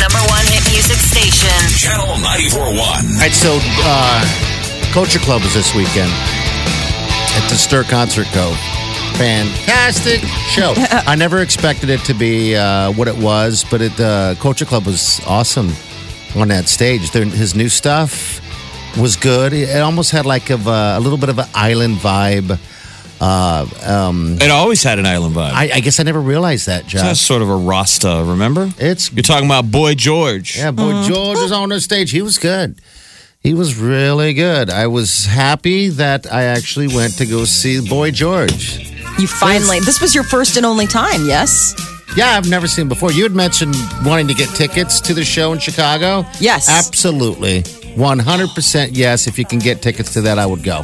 number one hit music station. Channel 941. All right, so uh, Culture Club is this weekend at the Stir Concert Co. Fantastic show. I never expected it to be uh, what it was, but it, uh, Culture Club was awesome on that stage. Their, his new stuff was good. It almost had like of a, a little bit of an island vibe. uh, um, It always had an island vibe. I, uh, I guess I never realized that, Josh. That's sort of a Rasta, remember? It's- You're talking about Boy George. Yeah, boy, George was on the stage. He was good. He was really good. I was happy that I actually went to go see Boy George. You finally, this was your first and only time, yes? Yeah, I've never seen him before. You had mentioned wanting to get tickets to the show in Chicago. Yes. Absolutely. 100% yes. If you can get tickets to that, I would go.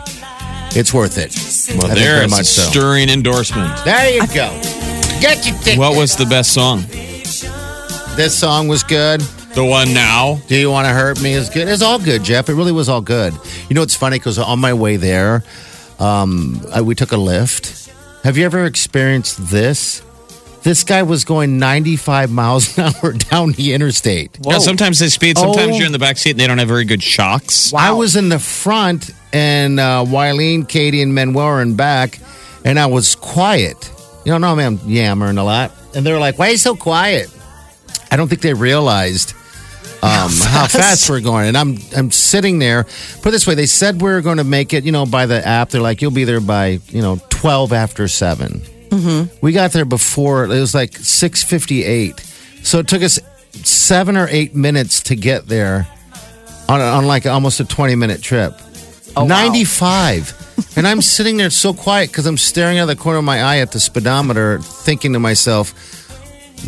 It's worth it. Well, I think there very is a much so. stirring endorsement. There you go. Get your tickets. What was the best song? this song was good. The one now. Do you want to hurt me? Is good. It's all good, Jeff. It really was all good. You know, it's funny because on my way there, um, I, we took a lift. Have you ever experienced this? This guy was going 95 miles an hour down the interstate. Now, sometimes they speed. Sometimes Oh. you're in the back seat and they don't have very good shocks. I was in the front, and uh, Wileen, Katie, and Manuel were in back, and I was quiet. You don't know, man, I'm yammering a lot. And they were like, why are you so quiet? I don't think they realized um, how fast we're going. And I'm, I'm sitting there. Put it this way, they said we were going to make it, you know, by the app. They're like, you'll be there by, you know, 12 after 7. We got there before, it was like 6.58. So it took us seven or eight minutes to get there on, on like almost a 20 minute trip. Oh, 95. and I'm sitting there so quiet because I'm staring out of the corner of my eye at the speedometer, thinking to myself,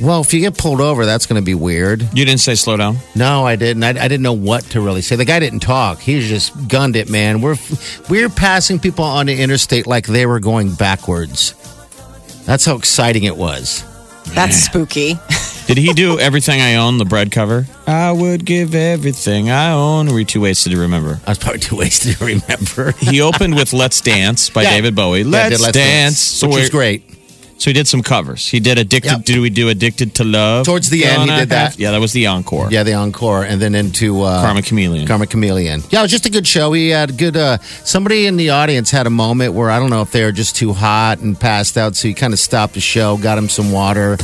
well, if you get pulled over, that's going to be weird. You didn't say slow down. No, I didn't. I, I didn't know what to really say. The guy didn't talk. He just gunned it, man. We're we're passing people on the interstate like they were going backwards. That's how exciting it was. That's spooky. Did he do everything I own? The bread cover. I would give everything I own. Were you too wasted to remember? I was probably too wasted to remember. He opened with "Let's Dance" by Yeah. David Bowie. Yeah, I Let's, did dance. So which we- was great. So he did some covers. He did "Addicted." Yep. Did we do "Addicted to Love"? Towards the end, he Gonna did that. have- Yeah, that was the encore. Yeah, the encore, and then into uh, Karma Chameleon. Karma Chameleon. Yeah, it was just a good show. We had good. Uh, somebody in the audience had a moment where I don't know if they were just too hot and passed out, so he kind of stopped the show, got him some water.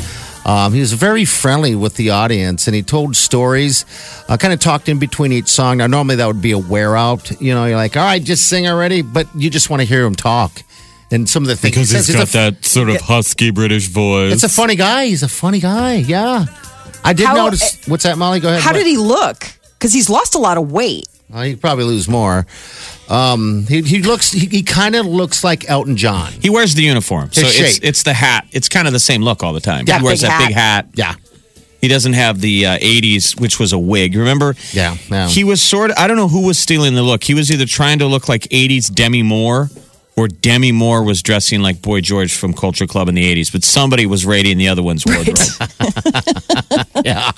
Um, he was very friendly with the audience, and he told stories. uh, kind of talked in between each song. Now, normally that would be a wear out. You know, you're like, all right, just sing already, but you just want to hear him talk. And some of the things he says, he's a, that sort of husky British voice. It's a funny guy. He's a funny guy. Yeah, I did How- notice. What's that, Molly? Go ahead. How What? did he look? Because he's lost a lot of weight. Well, he'd probably lose more. Um, he, he looks. He, he kind of looks like Elton John. He wears the uniform, so His it's shape. it's the hat. It's kind of the same look all the time. Yeah, he wears big that hat. big hat. Yeah. He doesn't have the uh, '80s, which was a wig. Remember? Yeah, yeah. He was sort of. I don't know who was stealing the look. He was either trying to look like '80s Demi Moore, or Demi Moore was dressing like Boy George from Culture Club in the '80s. But somebody was raiding the other one's wardrobe. Yeah.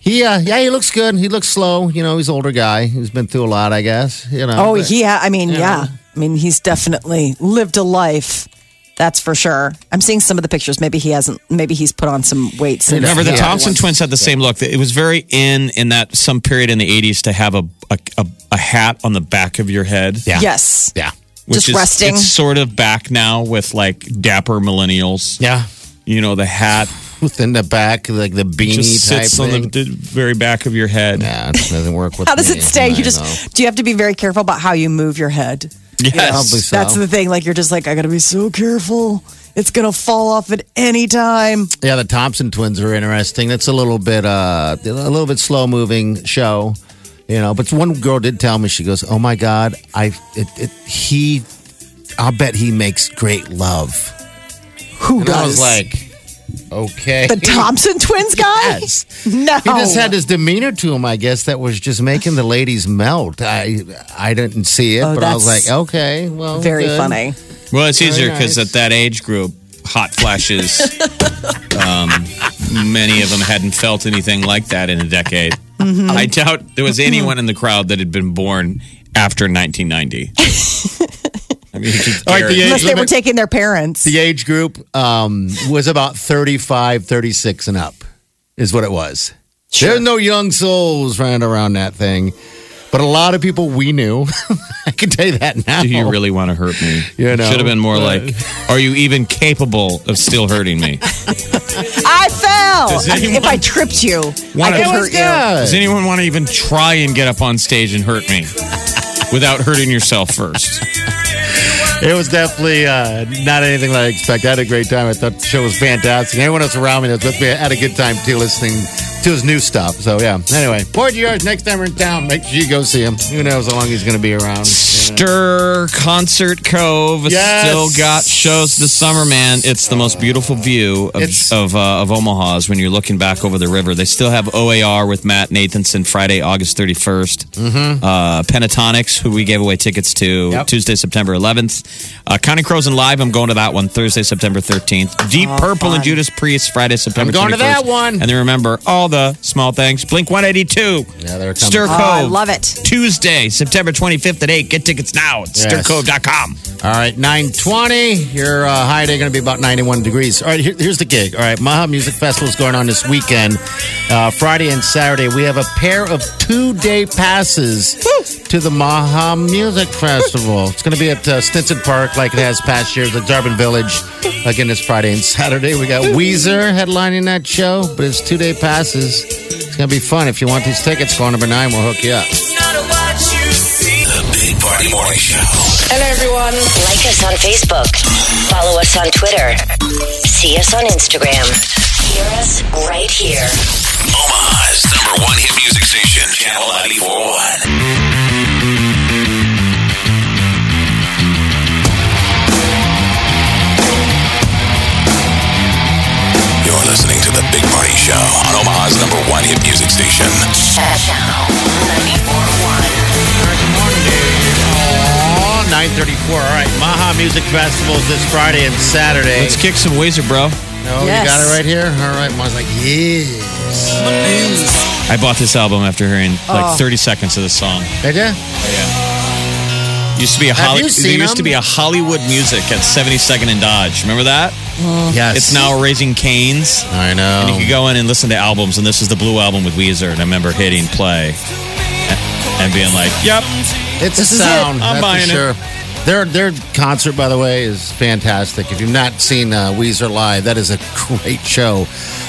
He uh, yeah. He looks good. He looks slow. You know, he's an older guy. He's been through a lot. I guess. You know. Oh, but- he yeah. I mean, yeah. I mean, he's definitely lived a life. That's for sure. I'm seeing some of the pictures. Maybe he hasn't. Maybe he's put on some weight since. Remember the Yeah. Thompson Yeah. twins had the same look. It was very in in that some period in the '80s to have a a, a, a hat on the back of your head. Yeah. Yes. Yeah. Just resting. It's sort of back now with like dapper millennials. Yeah. You know the hat Within the back, like the beanie just type sits on thing. the, the very back of your head. yeah, it doesn't work with How does me. it stay? I You just know. do you have to be very careful about how you move your head? Yes. Probably so. That's the thing. Like you're just like I gotta be so careful. It's gonna fall off at any time. Yeah, the Thompson twins are interesting. That's a little bit uh a little bit slow moving show, you know. But one girl did tell me she goes, "Oh my God, I it, it he, I'll bet he makes great love." Who And I was does? like, Okay. The Thompson twins guy? Yes. No. He just had this demeanor to him, I guess, that was just making the ladies melt. I I didn't see it, Oh, but I was like, that's okay, well, Very good. funny. Well, it's easier nice. because at that age group, hot flashes, um, many of them hadn't felt anything like that in a decade. Mm-hmm. I doubt there was anyone in the crowd that had been born after 1990. I mean, you could All right, guarantee- the Unless age, they were limit, taking their parents. the age group um, was about 35, 36 and up, is what it was. There's no young souls running around that thing. But a lot of people we knew, I can tell you that now. do you really want to hurt me? You know, Should have been more uh, like, are you even capable of still hurting me? I fell. Does I- if anyone- I tripped you, I Wanna- could It was hurt you. good. Does anyone want to even try and get up on stage and hurt me without hurting yourself first? It was definitely uh, not anything that I expected. I had a great time. I thought the show was fantastic. Everyone else around me that was with me had a good time too, listening to his new stuff. So yeah. Anyway, Boyd Yards. Next time we're in town, make sure you go see him. Who knows how long he's going to be around? Stir Concert Cove Yes. still got shows this summer, man. It's the most beautiful view of It's- of, uh, of Omaha is when you're looking back over the river. They still have OAR with Matt Nathanson Friday, August 31st. Mm-hmm. Uh, Pentatonics, who we gave away tickets to Yep. Tuesday, September 11th. Uh, County Crows and Live, I'm going to that one Thursday, September 13th. Deep Purple and Judas Priest Friday, September Oh, going to 21st. that one. And then remember all the small things. Blink 182. Yeah, they're coming. Stir Oh, Cove. I love it. Tuesday, September 25th at 8. Get tickets now at Yes. stircove.com. All right, 920. Your uh, high day going to be about 91 degrees. All right, here, here's the gig. All right, Maha Music Festival is going on this weekend, uh, Friday and Saturday. We have a pair of two day passes to the Maha Music Festival. it's going to be at uh, Stinson Park like it has past years, the Jarbin Village. Again, this Friday and Saturday. We got Weezer headlining that show, but it's two day passes. It's going to be fun. If you want these tickets, call number nine. We'll hook you up. The Big Party Morning Show. Hello, everyone. Like us on Facebook. Follow us on Twitter. See us on Instagram. Hear us right here. Omaha's number one hit music station, Channel 941. You're listening to The Big Party Show on Omaha's number one hit music station. Channel 941. Oh, 934. All right, Maha Music Festival is this Friday and Saturday. Let's kick some Weezer, bro. oh, Yes. you got it right here? All right, Ma's like, yes. I bought this album after hearing Oh. like 30 seconds of the song. Did ya? Used to be a Have Holly- there you seen used to them? be a Hollywood music at 72nd and Dodge. Remember that? Oh. Yes. It's now Raising Canes. I know. Oh. You could go in and listen to albums, and this is the blue album with Weezer. And I remember hitting play and being like, "Yep, It's a sound. I'm that's buying for it. sure. Their their concert, by the way, is fantastic. If you've not seen uh, Weezer live, that is a great show.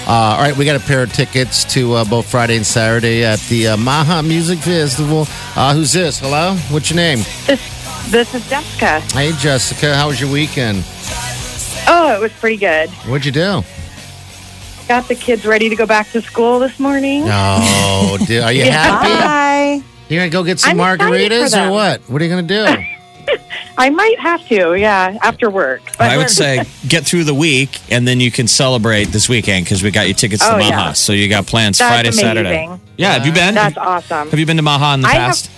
Uh, all right, we got a pair of tickets to uh, both Friday and Saturday at the uh, Maha Music Festival. Uh, who's this? Hello, what's your name? This, this is Jessica. Hey, Jessica. How was your weekend? Oh, it was pretty good. What'd you do? Got the kids ready to go back to school this morning. Oh, dude, are you happy? Bye. You're gonna go get some I'm excited for margaritas or them. what? What are you gonna do? I might have to, yeah, after work. But I would say get through the week, and then you can celebrate this weekend because we got you tickets to Oh, Maha. yeah. So you got plans That's Friday, Saturday. amazing. Yeah, have you been? that's Have awesome. you been to Maha in the I have- past?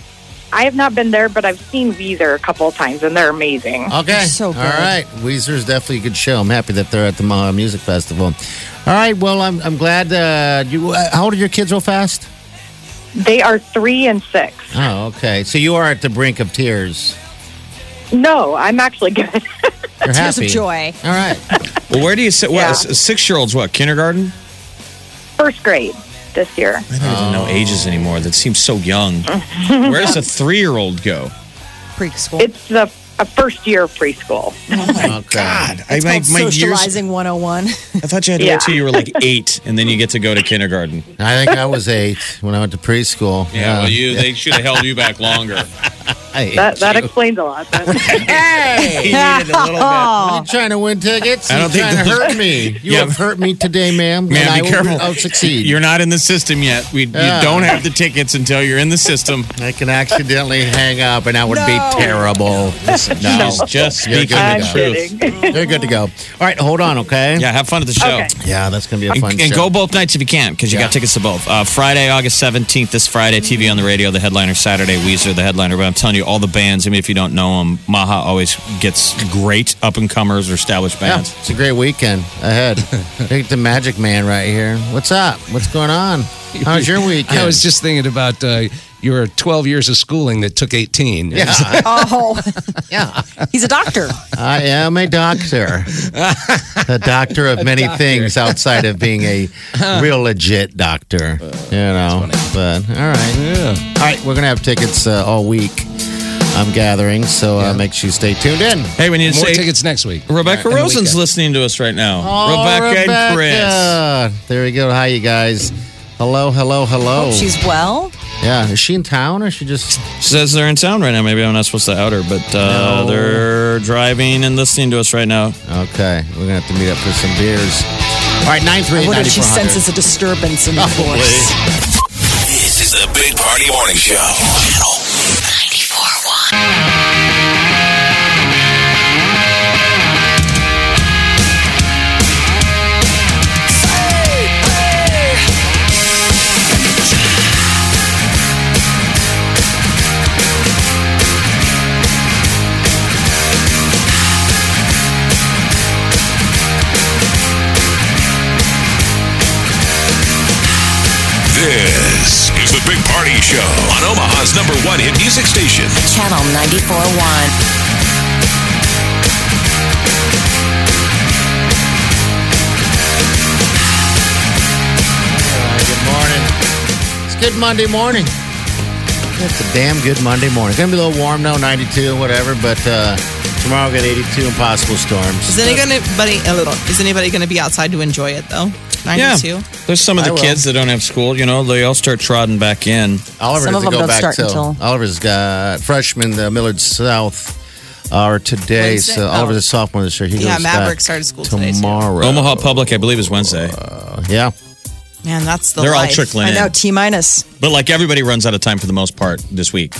I have not been there, but I've seen Weezer a couple of times, and they're amazing. Okay. It's so All good. right. Weezer's definitely a good show. I'm happy that they're at the Maha Music Festival. All right. Well, I'm, I'm glad. Uh, you, uh, how old are your kids real fast? They are three and six. Oh, okay. So you are at the brink of tears. No, I'm actually good. You're Tears of happy. joy. Oh All right. Well, where do you sit? What Yeah. a six year olds? What kindergarten? First grade this year. I don't even know ages anymore. That seems so young. Where does a three year old go? Preschool. It's the a first year of preschool. okay. God, I It's my, called my years. socializing 101. I thought you had to Yeah. wait till you were like eight, and then you get to go to kindergarten. I think I was eight when I went to preschool. Uh, Yeah, well, you they should have held you back longer. hate That that you. explains a lot. But Hey! needed a little bit. You're trying to win tickets. Oh. I You're don't think trying to those- hurt me. You Yeah. have hurt me today, ma'am. and I Man, be will- careful. I'll succeed. You're not in the system yet. We Yeah. you don't have the tickets until you're in the system. I can accidentally hang up, and that would No. be terrible. No, just You're speaking good I'm the to go. truth. kidding. You're good to go. All right, hold on, okay? Yeah, have fun at the show. Okay. Yeah, that's going to be a fun And, and show. go both nights if you can, because you Yeah. got tickets to both. Uh, Friday, August 17th, this Friday, TV on the radio, the headliner, Saturday, Weezer, the headliner. But I'm telling you, all the bands, I mean, if you don't know them, Maha always gets great up and comers or established Yeah, bands. it's a great weekend ahead. Look at the magic man right here. What's up? What's going on? How's your weekend? I was just thinking about uh, your 12 years of schooling that took 18. Yeah, Oh, yeah. he's a doctor. I am a doctor. a doctor of many things outside of being a real legit doctor. you know, but all right. Yeah. All right, we're going to have tickets uh, all week. I'm gathering, so uh, make sure you stay tuned in. Hey, we need to More say tickets next week. Rebecca And the Rosen's weekend. listening to us right now. Oh, Rebecca, and Chris. Rebecca. There we go. Hi, you guys. Hello, hello, hello. Hope Oh, she's well. yeah, is she in town or is she just She says they're in town right now. Maybe I'm not supposed to out her, but uh, No. they're driving and listening to us right now. Okay, we're gonna have to meet up for some beers. All right, nine three I wonder ninety if she four hundred. senses a disturbance in the Probably. voice. This is the Big Party Morning Show. Channel 941. This is the Big Party Show on Omaha's number one hit music station. Channel 941. Good morning. It's a good Monday morning. It's a damn good Monday morning. It's gonna be a little warm now, ninety two, whatever. But uh, tomorrow we got eighty two impossible storms. Is anybody a little? Is anybody going to be outside to enjoy it though? Ninety-two. Yeah, there's some of I the will. kids that don't have school. You know, they all start trotting back in. Oliver Some doesn't of them go don't back start till, until- Oliver's got freshmen, the Millard South are today. Wednesday? So Oliver's Oh. a sophomore this year. He Yeah, goes Maverick back started school today, too. tomorrow. Omaha Public, I believe, is Wednesday. Yeah. Man, that's the. They're all life. trickling I in. know, T minus. But like everybody runs out of time for the most part this week.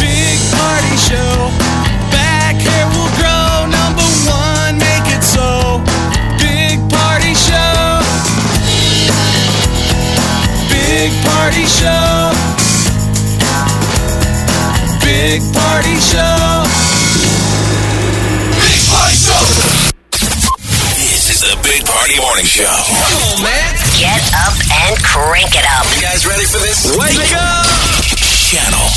Big party show. Back hair will grow. Number one, make it so. Big party show. Big party show. Big party show. Big party show. This is the Big Party Morning Show. Come on, man. Get up and crank it up. You guys ready for this? Wake up. Channel